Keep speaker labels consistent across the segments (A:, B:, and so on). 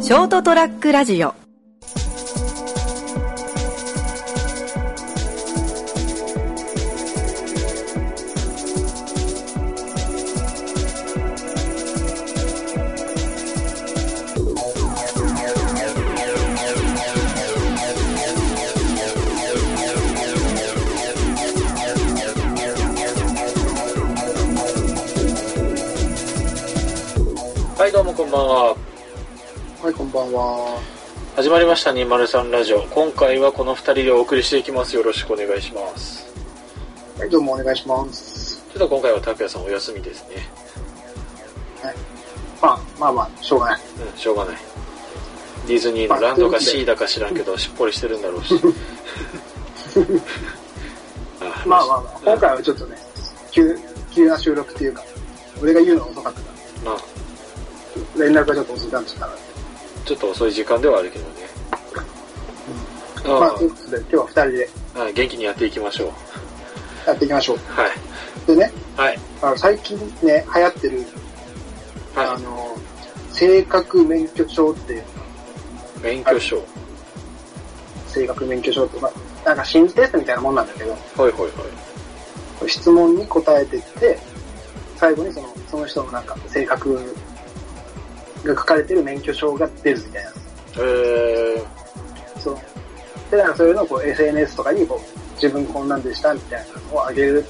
A: ショートトラックラジオ
B: はいどうもこんばんは
C: はい、こんばんは。
B: 始まりました203ラジオ今回はこの2人でお送りしていきますよろしくお願いします
C: はい、どうもお願いします。
B: ちょっと今回は拓也さんお休みですね
C: まあ、まあまあ、しょうがない。
B: うんしょうがないディズニーのランドかシーだか知らんけどしっぽりしてるんだろうしあ
C: まあまあまあ、今回はちょっとね、急、急な収録っていうか、俺が言うの遅かったか
B: まあ
C: ら、連絡がちょっと遅かったから、
B: ちょっと遅い時間ではあるけどね
C: まあ、ということで、今日は二人で
B: あはい元気にやっていきましょう
C: やっていきましょう。
B: はい
C: でね、
B: はい
C: あの最近ね、流行ってる、あ
B: は
C: の、性格免許証っていうのが、
B: い免許証
C: 性格免許証って、まあ、なんか心理テストみたいなもんなんだけど、
B: はいはいはい
C: 質問に答えてって、最後にその、その人のなんか、性格が書かれてる免許証が出るみたいな。
B: えー、
C: そう。で、なんかそういうのをこう SNS とかにこう、自分こんなんでしたみたいなのをあげる、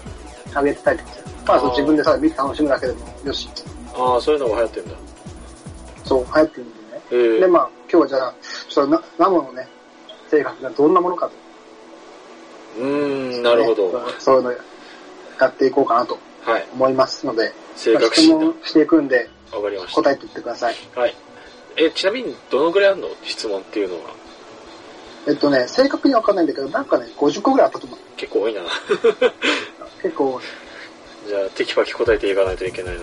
C: あげてたりとかする。まあそう
B: あー
C: 自分でさ、見て楽しむだけでもよし。
B: ああそういうのが流行ってんだ
C: そう、流行ってるんでね。
B: えー、
C: で、まあ今日はじゃあ、ちょっとな生のね、性格がどんなものかと、ね。
B: うーんなるほど、
C: そういうのやっていこうかなと
B: はい
C: 思いますので、
B: 性
C: まあ
B: 格
C: 質
B: 診断
C: 問していくんで、
B: わかりました
C: 答えていってください。
B: はい。え、ちなみにどのぐらいあるの質問っていうのは。
C: えっとね、正確にはわかんないんだけど、なんかね、50個ぐらいあったと思う。
B: 結構多いな。
C: 結構、
B: じゃあ、テキパキ答えていかないといけない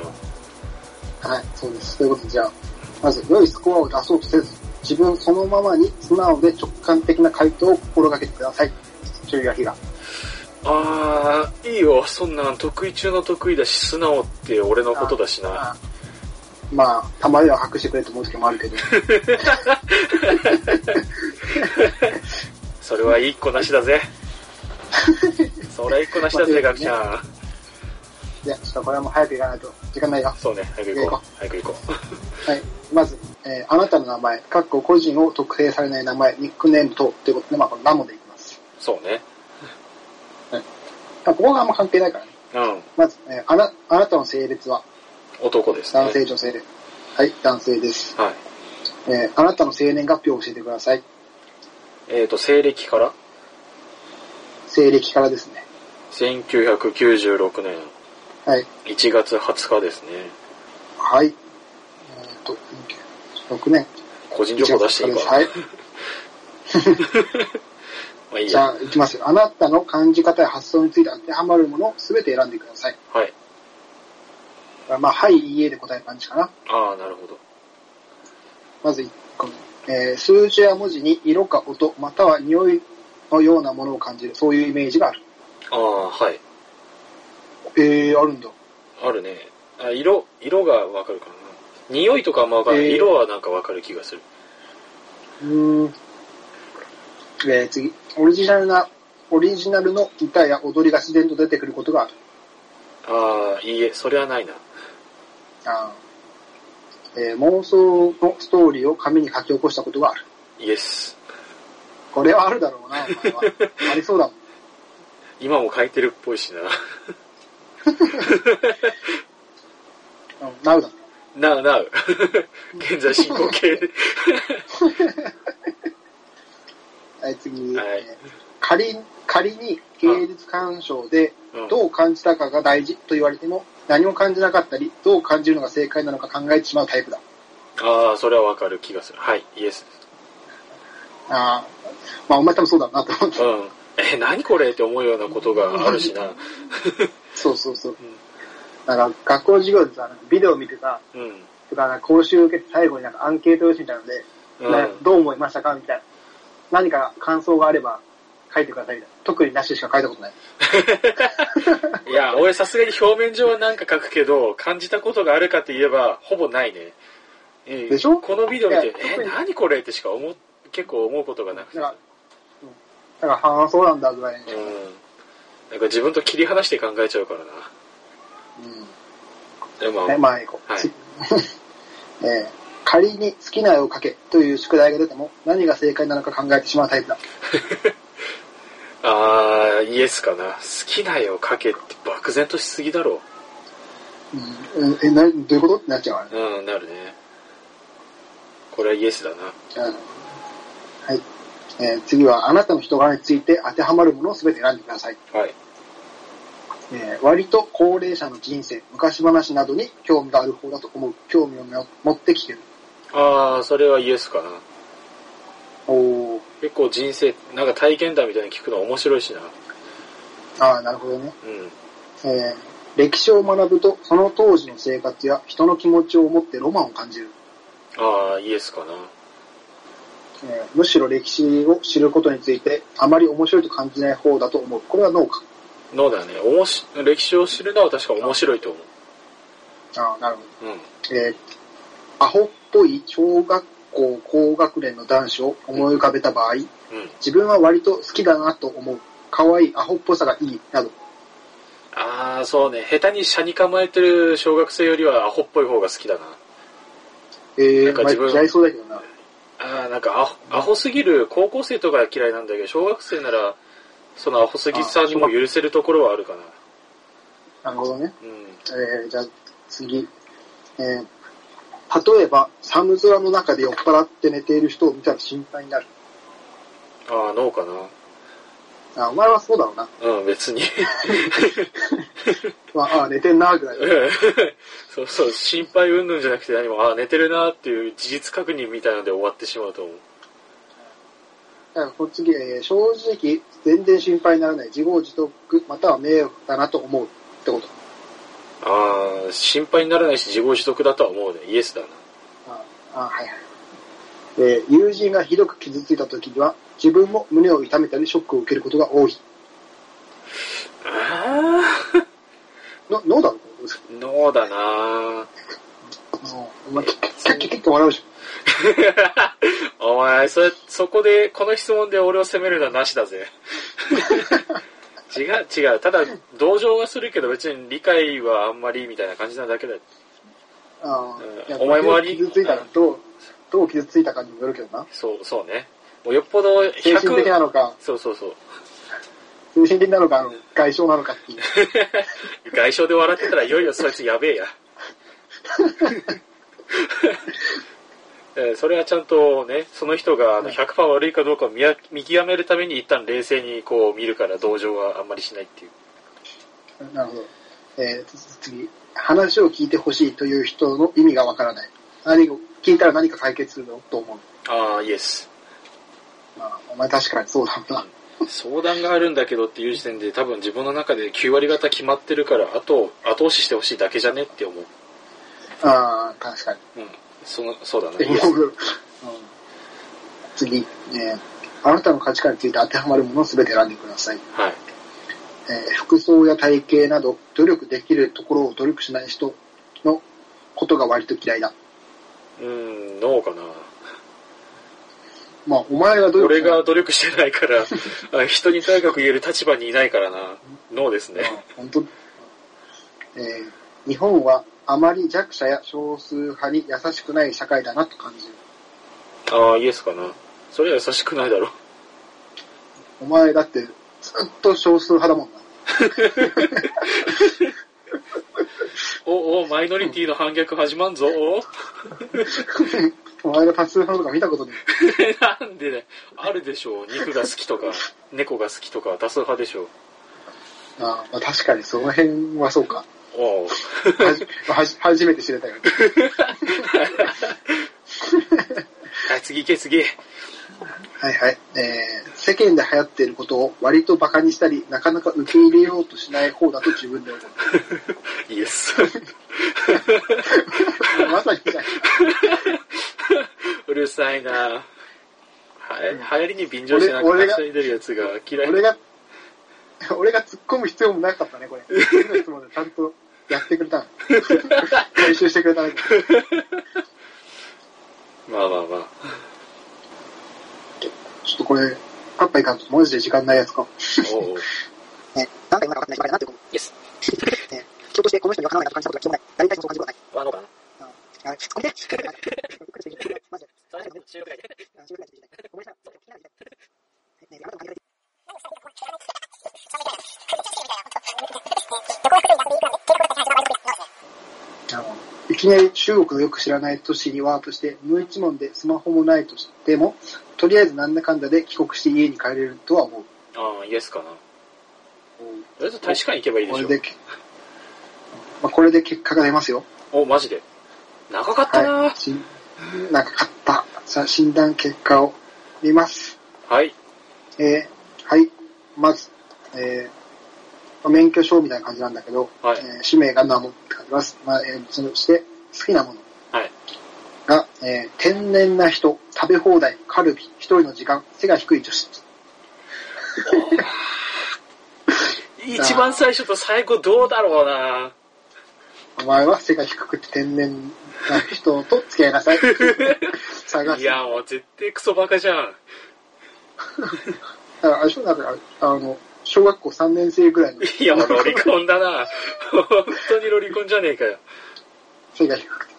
B: な。
C: はい、そうです。ということで、じゃあ、まず、良いスコアを出そうとせず、自分そのままに素直で直感的な回答を心がけてください。注意書きが。
B: あー、いいよ。そんなん得意中の得意だし、素直って俺のことだしな。
C: あまあ、たまには隠してくれと思う時もあるけど、
B: それは一個なしだぜ。それは一個なしだぜ、
C: ま
B: ガ
C: あ
B: キち ゃん。
C: じゃあ、ちょっとこれはもう早く行かないと時間ないよ。
B: そうね、早く行こう。早く行こ
C: はい。まず、えーあなたの名前、かっこ個人を特定されない名前、ニックネーム等ということで、まあ、このナモでいきます。
B: う。そうね。
C: まあ、ここがあんま関係ないから
B: う
C: ね。
B: ん。
C: まず、えーあな、あなたの性別は、
B: 男ですね。
C: 男性、女性で。はい、男性です。
B: はい。
C: えーあなたの生年月日を教えてください。
B: えっ、と、西暦から
C: 西暦からですね。
B: 1996年
C: はい。
B: 1月20日ですね。
C: はい。えっ、と、6年。
B: 個人情報出していいかな。
C: はい。
B: まあいい
C: じ
B: や。
C: ゃあ、いきますよ。あなたの感じ方や発想について当てはまるものを全て選んでください。
B: はい。
C: まあ、はい、いいえで答える感じかな。
B: ああ、なるほど。
C: まず1個目。えー数字や文字に色か音、または匂いのようなものを感じる。そういうイメージがある。
B: ああ、はい。
C: えー、あるんだ。
B: あるね。あ色、色がわかるかな。匂いとかあんまわかんない。
C: えー
B: 色はなんかわかる気がする。
C: うーん。えー、次。オリジナルな、オリジナルの歌や踊りが自然と出てくることがある。
B: ああ、いいえ、それはないな。
C: あーえー妄想のストーリーを紙に書き起こしたことがある。
B: イエス。
C: これはあるだろうな、お前は。ありそうだもん。
B: 今も書いてるっぽいしな。
C: うん、なうだもん。
B: なうなう。 現在進行形で。
C: はい、次。
B: はい
C: えー仮に、仮に芸術鑑賞で
B: うん
C: どう感じたかが大事と言われても、何も感じなかったり、どう感じるのが正解なのか考えてしまうタイプだ。
B: ああ、それはわかる気がする。はい、イエス。
C: あーまあ、お前多分そうだろうなと思って。
B: うん。え、何これって思うようなことがある しな。
C: そうそうそう。なんか、学校の授業でさ、なんかビデオ見てさ、
B: うん。
C: とか、なんか講習受けて最後になんかアンケート用紙みたいなので、
B: うん。
C: などう思いましたかみたいな。何か感想があれば書いてくださいみたいな。特になししか書いたことない。
B: いや、俺さすがに表面上はなんか書くけど、感じたことがあるかって言えば、ほぼないね。ええ
C: でしょ
B: このビデオ見
C: い
B: て
C: や、
B: え
C: 特に
B: 何これってしか思う、結構思うことがなくて。
C: だから、うんだから、はあ、そうなんだぐらいに。
B: うん。なんか自分と切り離して考えちゃうからな。でも、
C: ね、まあ、こう、
B: はい
C: つ えー仮に好きな絵を描けという宿題が出ても何が正解なのか考えてしまうタイプだ。
B: あー、イエスかな。好きな絵を描けって漠然としすぎだろ
C: うん、え、な、どういうことってなっちゃうわね
B: う。。うん、なるね。これはイエスだな。
C: うんはい。えー次は、あなたの人柄について当てはまるものを全て選んでください。
B: はい。
C: えー割と高齢者の人生、昔話などに興味がある方だと思う。興味を持持ってきてる。
B: あー、それはイエスかな。
C: おー
B: 結構人生、なんか体験談みたいに聞くの面白いしな。
C: ああ、なるほどね。
B: うん。
C: えー歴史を学ぶと、その当時の生活や人の気持ちを持ってロマンを感じる。
B: あー、イエスかな。
C: えーむしろ歴史を知ることについて、あまり面白いと感じない方だと思う。これはノーか。
B: のだね。おもし、歴史を知るのは確か面白いと思
C: ああ、なるほど。
B: う。うん。
C: えーアホっぽい小学校高学年の男子を思い浮かべた場合、
B: うん。
C: 自分は割と好きだなと思う。可愛いアホっぽさがいい、など。
B: ああ、そうね。下手に車に構えてる小学生よりはアホっぽい方が好きだな。
C: えー、
B: なんか
C: まあ
B: 自分
C: 嫌いそうだけどな。
B: ああ、なんかアホ、アホすぎる高校生とか嫌いなんだけど、小学生なら、そのアホすぎさにも許せるところはあるかな。
C: なるほどね。
B: うん。
C: えー、じゃあ次。えー、例えば、寒空の中で酔っ払って寝ている人を見たら心配になる。
B: ああ、ノーかな。
C: あ、お前はそうだろうな。
B: うん、別 に。
C: まあ、あ寝てんな、ぐらい。
B: うんそうそう、心配云々じゃなくて何も、ああ、寝てるなーっていう事実確認みたいなので終わってしまうと思う。
C: だからこっち次、えー正直、全然心配にならない。自業自得、または迷惑だなと思う。ってこと。
B: ああ、心配にならないし自業自得だとは思うね。イエスだな。
C: ああ、はいはい。えー友人がひどく傷ついた時には、自分も胸を痛めたりショックを受けることが多い。
B: ああ、
C: の、のだろこれ
B: ノーだなー。
C: お前、キャッキャッキャッキャ笑うでし
B: お前、それ、そこで、この質問で俺を責めるのはなしだぜ。 違う、違う。ただ、同情はするけど、別に理解はあんまりみたいな感じなだけだよ。
C: ょ。あーいや
B: お前もあり
C: 傷ついたらどう、どう傷ついたかにもよるけどな。
B: そう、そうね。もうよっぽど
C: 精神的
B: 100、
C: なのか、
B: そうそうそう。
C: 精神的なのか、あの外傷なのかっていう。
B: 外傷で笑ってたら、いよいよそいつやべえや。えーそれはちゃんとね、その人があの100%悪いかどうかを見や見極めるために一旦冷静にこう見るから同情はあんまりしないっていう。
C: なるほど。えーつ次。話を聞いてほしいという人の意味がわからない。何を聞いたら何か解決するのと思う。
B: ああ、イエス。
C: まあ、お前確かにそうだもんな。
B: 相談があるんだけどっていう時点で多分自分の中で9割方決まってるからあと後押ししてほしいだけじゃねって思う、
C: ああ、確かに。
B: うん、そのそうだな、
C: うん次、えーあなたの価値観について当てはまるものを全て選んでください。
B: はい
C: えー服装や体型など、努力できるところを努力しない人のことが割と嫌いだ。
B: うーんノーかな
C: まあ、お前が努力
B: 俺
C: しない
B: が努力してないから あ人にとやかく言える立場にいないからなノーですね
C: うん本当、えー日本はあまり弱者や少数派に優しくない社会だなと感じる。
B: ああイエスかなそれは優しくないだろ
C: お前だってずっと少数派だもんな。
B: おおマイノリティの反逆始まんぞお
C: お前が多数派のとか見たことない。
B: なんでねあるでしょう肉が好きと か猫が好きとか多数派でしょう
C: あーまあ、確かにその辺はそうか。
B: おう
C: はじはじ初めて知れたよ。
B: はい次行け次
C: はいはい。えー、世間で流行っていることを割と馬鹿にしたり、なかなか受け入れようとしない方だと自分で思
B: イエ ス
C: う。まさにじゃん
B: うるさいなはや流行りに便乗
C: 俺
B: してなんか
C: 俺
B: 会
C: が
B: 社に出るやつが嫌い
C: 俺が、俺が突っ込む必要もなかったね、これ。次の質問でちゃんとやってくれたの。回収してくれたね。 さん、マジで時間ないやつか。
B: おうおう
C: ね、なんか今の分かんない芝居だなって思う。
A: イエス。
C: ね、人としてこの人にはかなわないなと感じたことが基本ない。やりたいとそう感じることはない。
A: ワンオーバーな。
C: あ、ツッコミで。マジで。
A: それでも収録外で。
C: あ収録なんてできないごめんなさい。そう聞きながら言いたいねあなたも関係ないあのいきなり中国のよく知らない都市にワープして、無一文でスマホもないとしても、とりあえずなんだかんだで帰国して家に帰れるとは思う。
B: ああ、イエスかな。とりあえず大使館行けばいいで
C: こ
B: しょ
C: れで、まあ、これで結果が出ますよ。
B: お、マジで。長かったな
C: は。
B: はい
C: しなんか勝った。さあ、診断結果を見ます。
B: い。はい。
C: えーはい。まず、えーまあ免許証みたいな感じなんだけど、
B: はい
C: えー氏名が名もって感じます。まあ、えーそして、好きなもの
B: はい。
C: が、えー天然な人、食べ放題、カルビ、一人の時間、背が低い女子。
B: 一番最初と最後どうだろうな
C: お前は背が低くて天然な人と付き合い なさい。探
B: い
C: す。
B: や、もう絶対クソバカじゃん。
C: だから、あれでしょ、なんか、あの、小学校3年生ぐらいの
B: いや、もうロリコンだな 本当にロリコンじゃねえかよ。
C: 背が低くて。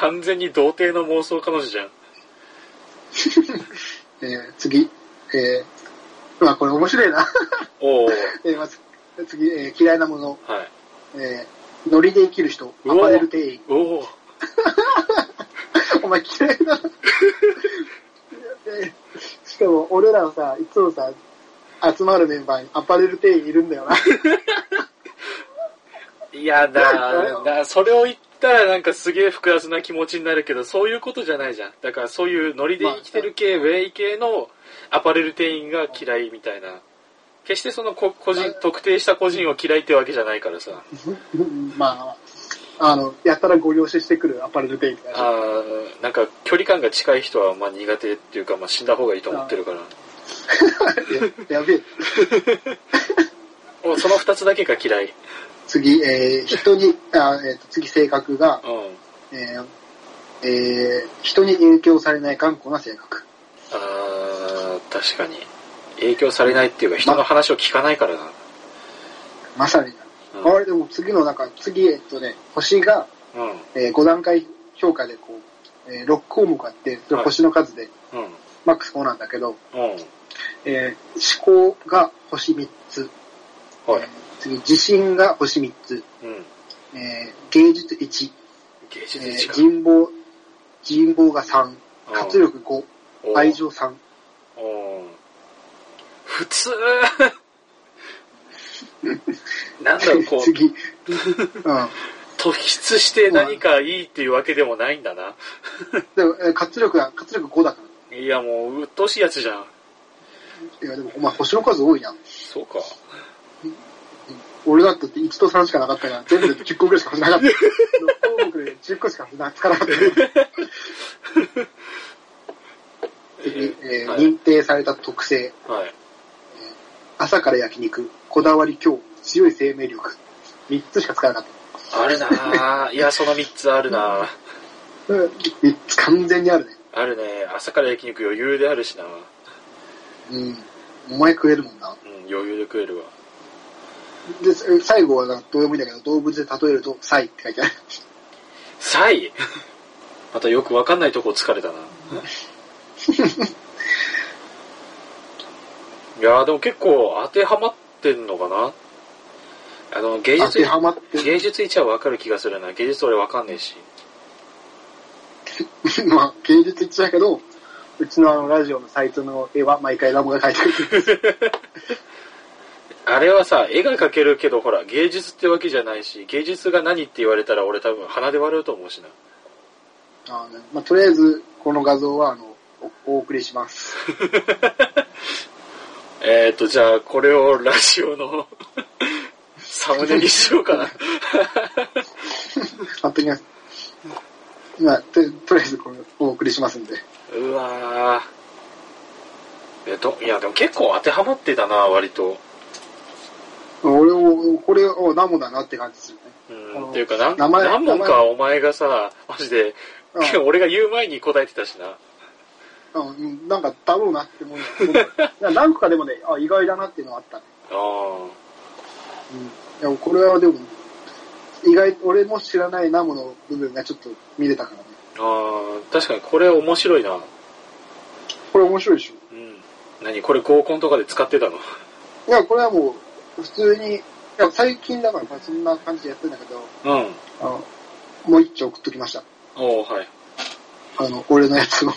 B: 完全に童貞の妄想彼女じゃん。
C: えー次、えー、まあこれ面白いな。
B: おお
C: えーまず、次、えー嫌いなもの、
B: はい。
C: えーノリで生きる人、
B: う
C: ア
B: お
C: パレル店員。
B: おお
C: お前嫌いだな。 えーしかも、俺らはさ、いつもさ、集まるメンバーにアパレル店員いるんだよな。
B: いやだ
C: うん
B: だそれを言ったらなんかすげえ複雑な気持ちになるけど、そういうことじゃないじゃん。だからそういうノリで生きてる系、ウェイ系のアパレル店員が嫌いみたいな。決してそのこ個人、特定した個人を嫌いってわけじゃないからさ。
C: まあ、あの、やたらご了承してくるアパレル店員みたいな
B: あーなんか距離感が近い人はまあ苦手っていうか、まあ、死んだ方がいいと思ってるから。
C: ややべえ。
B: おその二つだけが嫌い。
C: 次、えー人に、あえーと次、性格が、
B: うん。
C: えーえー人に影響されない頑固な性格。
B: あー確かに。影響されないっていうか、人の話を聞かないからな。
C: まさに。
B: うん
C: あれでも次の中、次、えっとね、星が、
B: うん。
C: え5段階評価でこう、え6項目あって、それ星の数で、
B: うん。
C: マックス5なんだけど、
B: うん。
C: えー思考が星3つ、
B: はい
C: えー。次、自信が星3つ、
B: うん。
C: えー芸術1、
B: 芸術
C: え
B: に
C: ー
B: 近い。
C: 人望、人望が3、活力5、
B: うん
C: 愛。情3。
B: うん普通 なんだろう、こう、
C: 次。うん。
B: 突出して何かいいっていうわけでもないんだな。
C: でも、えー活力が、活力5だから。
B: いや、もう、うっとうしいやつじゃん。
C: いや、でもお前星の数多いな。
B: そうか。
C: 俺だったって1と3しかなかったから、全部で10個ぐらいしか星なかった。6項目で10個しか星なつかなかった。 次、えー
B: はい
C: 認定された特性。
B: はい。
C: 朝から焼肉、こだわり強、強い生命力。3つしかつかなかった。
B: あるなぁ。いや、その3つあるなぁ。
C: 3つ完全にあるね。
B: あるね。朝から焼肉余裕であるしなうん、
C: うん。お前食えるもんな。
B: 余裕で食えるわ。
C: で、さ最後はなんかどうでもいいんだけど、動物で例えると、サイって書いてある。
B: サイまたよくわかんないとこ疲れ たな。いやーでも結構当てはまってんのかなあの、芸
C: 当
B: 術
C: て、はまってる。
B: 芸術一はわかる気がするな。芸術俺わかんねえし。
C: まあ、芸術一だけど、うちのあのラジオのサイトの絵は毎回ラムが描いてくる。
B: あれはさ、絵が描けるけどほら、芸術ってわけじゃないし、芸術が何って言われたら俺多分鼻で笑うと思うしな。
C: あのねまあ、とりあえず、この画像は、あの、おお送りします。
B: えーと、じゃあ、これをラジオの サムネにしようかな。
C: 貼っときます。まあ、ととりあえず、これお送りしますんで。
B: うわぁ。えっと、いや、でも結構当てはまってたな、割と。
C: 俺を、これをナモだなって感じするね。
B: う
C: あ
B: ん、
C: の
B: っていうかなん、
C: 名前
B: 何問
C: 名
B: かお前がさ、マジで、
C: う
B: 俺が言う前に答えてたしな。
C: うん、なんかだろうなって思う。いや何個かでもね、あ、意外だなっていうのはあったね。
B: あ
C: うん。いや、これはでも、意外、俺も知らないナムの部分がちょっと見れたからね。
B: あああ確かにこれ面白いな
C: これ面白いでしょ。
B: うん何これ合コンとかで使ってた の
C: いや、これはもう、普通に、いや、最近だからまあそんな感じでやってんだけど、
B: うん
C: あの、もう一丁送っときました。
B: おおはい
C: あの、俺のやつを。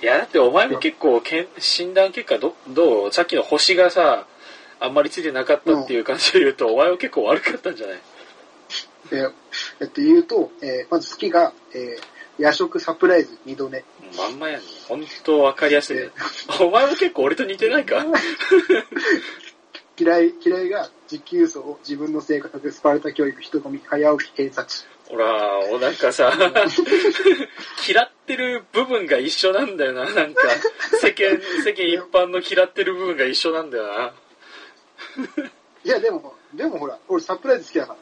B: いやだってお前も結構けん診断結果どどうさっきの星がさあんまりついてなかったっていう感じで言うと、お前は結構悪かったんじゃない
C: えーえっと、言うと、えーまず月が、えー夜食サプライズ二度寝。
B: まんまやね本当わかりやすいねお前も結構俺と似てないか
C: 嫌い、嫌いが時給層を自分の生活でスパルタ教育、人混み、早起き、偏差値。
B: ほらおなんかさ 嫌ってる部分が一緒なんだよななんか世間世間一般の嫌ってる部分が一緒なんだよない
C: や、でも、でもほら、俺サプライズ好きだか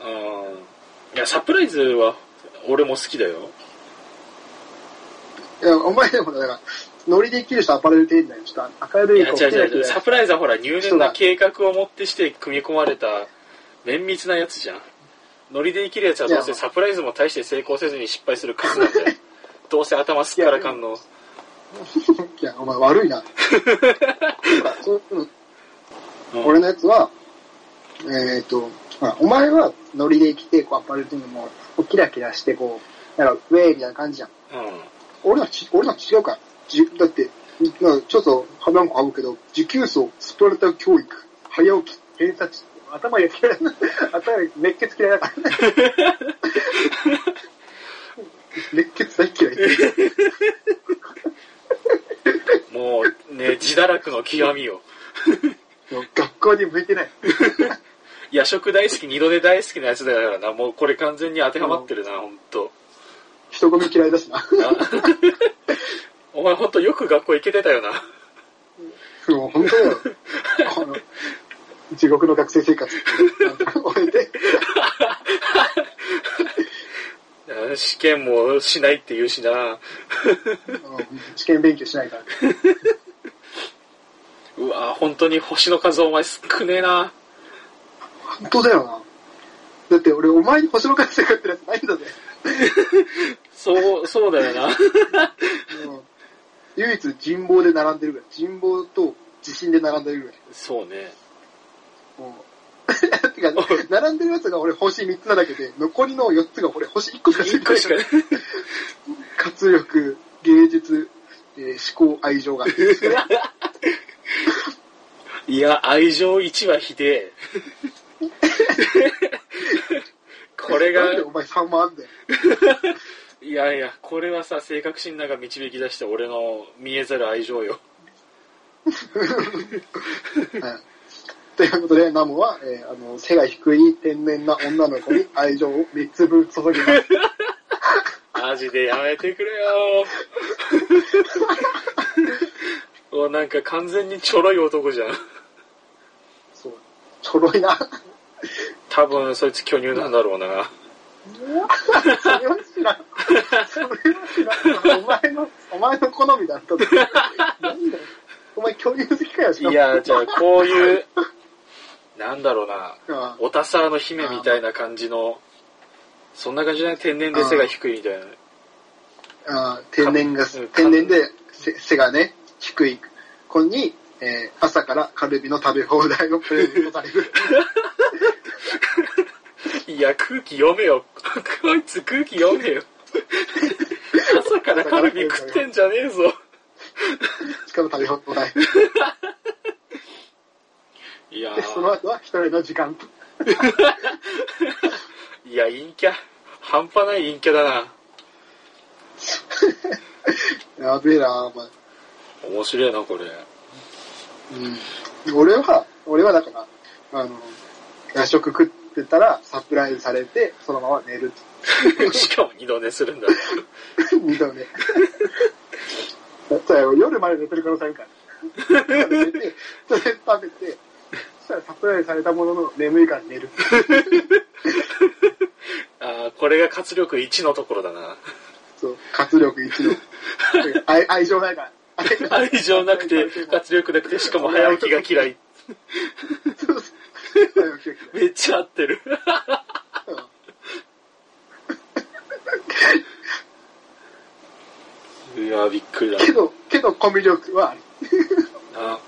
C: ら。
B: うんいやサプライズは俺も好きだよ
C: いや、お前でもだから、ノリで生きる人アパレル店員だよ。ちょっと明る
B: い
C: い
B: や
C: 子
B: 違
C: を
B: う
C: 着
B: 違
C: な
B: う違う
C: く
B: サ
C: て。
B: プライズはほら入念な計画を持ってして組み込まれた綿密なやつじゃんノリで生きるやつはどう
C: い
B: せ
C: や
B: サプライズも大して成功せずに失敗する数なんだよどうせ頭すっからかんの
C: いや、お前悪いな。ほらそういうの
B: うん
C: 俺のやつは、えっ、と、ほら、お前はノリで生きて、こうアパレル店員も、こうキラキラして、こう、なんか、ウェーみたいな感じじゃん。
B: うん
C: 俺のち、俺の違うから。じだって、まあちょっと鼻も合うけど、持久走、スプラルタ教育、早起き、偏差値、頭焼き嫌いな、頭熱血嫌いだ からね。熱血大嫌い。
B: もうね、 自堕落の極みよ。
C: もう学校に向いてない。
B: 夜食大好き、二度寝大好きなやつだからな、もうこれ完全に当てはまってるな、ほんと。
C: 人混み嫌いだし な。
B: なお前ほんとよく学校行けてたよな。
C: もう本当だよ。この、地獄の学生生活って、終えて、
B: 試験もしないって言うしな。
C: うん試験勉強しないから。
B: うわ本当に星の数お前少ねえな。
C: 本当だよな。だって俺、お前に星の学生活ってやつないんだぜ。
B: そう、そうだよな。
C: うん唯一人望で並んでるぐらい。人望と地震で並んでるぐらい。
B: そうね。
C: もう てか、並んでるやつが俺星3つなだけで、残りの4つが俺星1個しか
B: 一個しかね。
C: 活力、芸術、えー思考、愛情が。
B: いや、愛情1はひでえ。これ が
C: なん、でお前3もあんだよ。
B: いやいや、これはさ、性格診断が導き出した俺の見えざる愛情よ。
C: はいということで、ナモは、えーあの、背が低い天然な女の子に愛情を3つ分注ぎます。
B: マジでやめてくれ よ。うわなんか完全にちょろい男じゃん。
C: そう。ちょろいな。
B: 多分そいつ巨乳なんだろうな。
C: それは知らん。それは知らん。お前の、お前の好みだったと。何だよ。お前恐竜好きかよ、し
B: い
C: かも
B: や、じゃあこういう、なんだろうな、
C: あ
B: オタサーの姫みたいな感じの、そんな感じじゃない天然で背が低いみたいな。
C: あ天然が
B: うん、
C: 天然でせ背がね、低い子に、えー朝からカルビの食べ放題をプレゼントされる。
B: いや、空気読めよ。こいつ空気読めよ。朝からカルビ食ってんじゃねえ ぞ。
C: しかも食べ放題。
B: いやー
C: で、その後は一人の時間。
B: いや、陰キャ。半端ない陰キャだな。
C: やべえなお前。
B: 面白いな、これ。
C: うん、俺は、俺はだから、あの、夜食食ってたらサプライズされて、そのまま寝る
B: しかも二度寝するんだ。
C: と。 二度寝。だったら夜まで寝てる可能性あるから。寝て、それ食べて、そしたらサプライズされたものの眠いから寝る。
B: あーこれが活力1のところだな。
C: そう、活 力一の。愛愛情ないから。
B: 愛情なく て、活力なくて、しかも早起きが嫌い。
C: そう そう愛情
B: めっちゃ合ってる。いや、びっくりだ
C: 嫌い。けど、けどコミュ力はある。
B: な。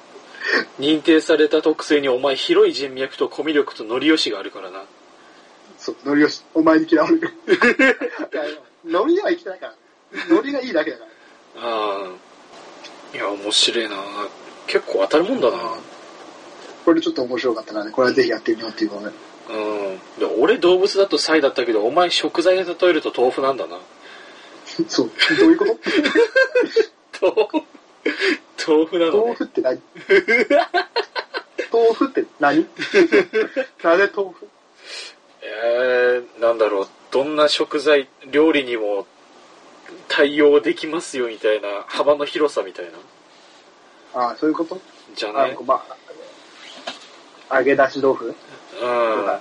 B: 認定された特性にお前広い人脈とコミュ力とノリよしがあるからな。
C: そう、ノリよし、お前に嫌われる。 いやノリでは生きてないから。ノリがいいだけだから。
B: ああ。いや、面白いな。結構当たるもんだな。
C: これちょっと面白かったからね、これはぜひやってみようっていうことで。
B: うん。で俺動物だとサイだったけど、お前食材で例えると豆腐なんだな。
C: そう、どういうこと
B: 豆腐豆腐なの
C: 豆
B: ね。
C: 腐って 何豆腐って何 なぜ豆腐
B: えー、なんだろう。どんな食材、料理にも対応できますよみたいな、幅の広さみたいな。
C: ああ、そういうこと
B: じゃ
C: あ
B: ない、
C: まあ、揚げ出し豆腐
B: うん。
C: ま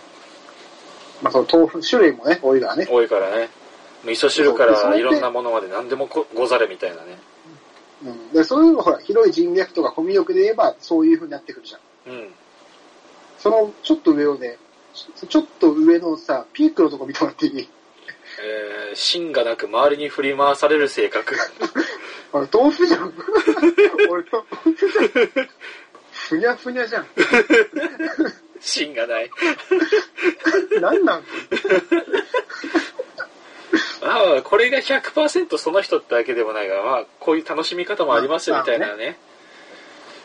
C: あ、その豆腐、種類もね、多いからね。
B: 多いからね味噌汁か
C: そう
B: ら
C: で
B: いろんなものまで何でもこござれみたいなね
C: うん。で、そういうの、ほら、広い人脈とかコミュ力で言えば、そういう風になってくるじゃん。
B: うん
C: その、ちょっと上をね、ちょちょっと上のさ、ピークのとこ見てもらっていい
B: えー、芯がなく周りに振り回される性格
C: あれ、豆腐じゃん。 俺、豆腐じゃん。ふにゃふにゃじゃん。
B: 芯がない
C: なんなん
B: ああこれが100%その人ってわけでもないがまあこういう楽しみ方もありますよみたいなね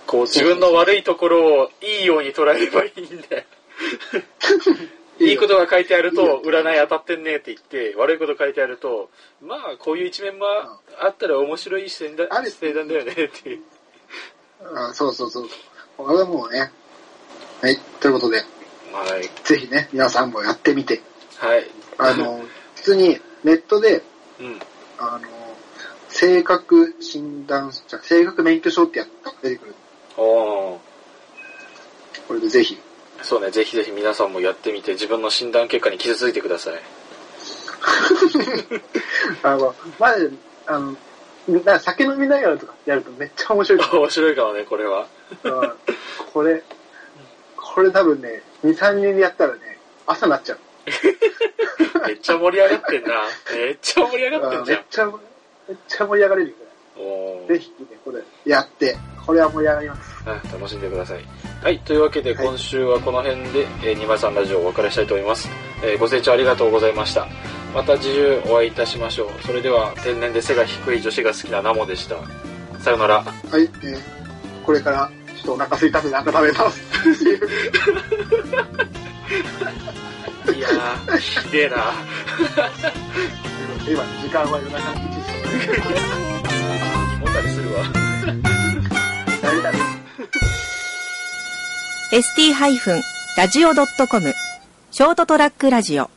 B: こう自分の悪いところをいいように捉えればいいんだよいいことが書いてある
C: いいよ
B: と占い当たってんねって言って悪いこと書いてあるとまあこういう一面もああったら面白い視点だ
C: ある
B: 視点なんだよねっていう
C: あそうそうそう。これはもうね。はい。ということで、
B: はい
C: ぜひね、皆さんもやってみて。
B: はい
C: あの、普通にネットで、
B: うん
C: あの、性格診断、じゃ性格免許証ってやったら出てくる。
B: おー
C: これでぜひ。
B: そうねぜひぜひ皆さんもやってみて自分の診断結果に傷ついてください
C: あの、まず、あの、なんか酒飲みながらとかやるとめっちゃ面白いか
B: 面白いかもねこれは
C: ら。うんこれ、これ多分ね、2、3人でやったらね、朝になっちゃう。
B: めっちゃ盛り上がってんなめっちゃ盛り上がって
C: うんん
B: じ
C: め
B: ゃ
C: っ
B: ん
C: ちゃ、めっちゃ盛り上がれるよ。
B: おー
C: ぜひね、これ、やって、これは盛り上がります。
B: あ楽しんでくださいはいというわけで
C: はい
B: 今週はこの辺で、えー、2枚さんラジオをお別れしたいと思います、えーご清聴ありがとうございましたまた次週お会いいたしましょうそれでは天然で背が低い女子が好きなナモでしたさよなら
C: はい、えー、これから、ちょっとお腹すいたので、なんか食べます。
B: いやーひ でえな
C: 今、時間は夜中の1時。
B: もたりするわ
C: 誰だろう
A: ST-radio.com ショートトラックラジオ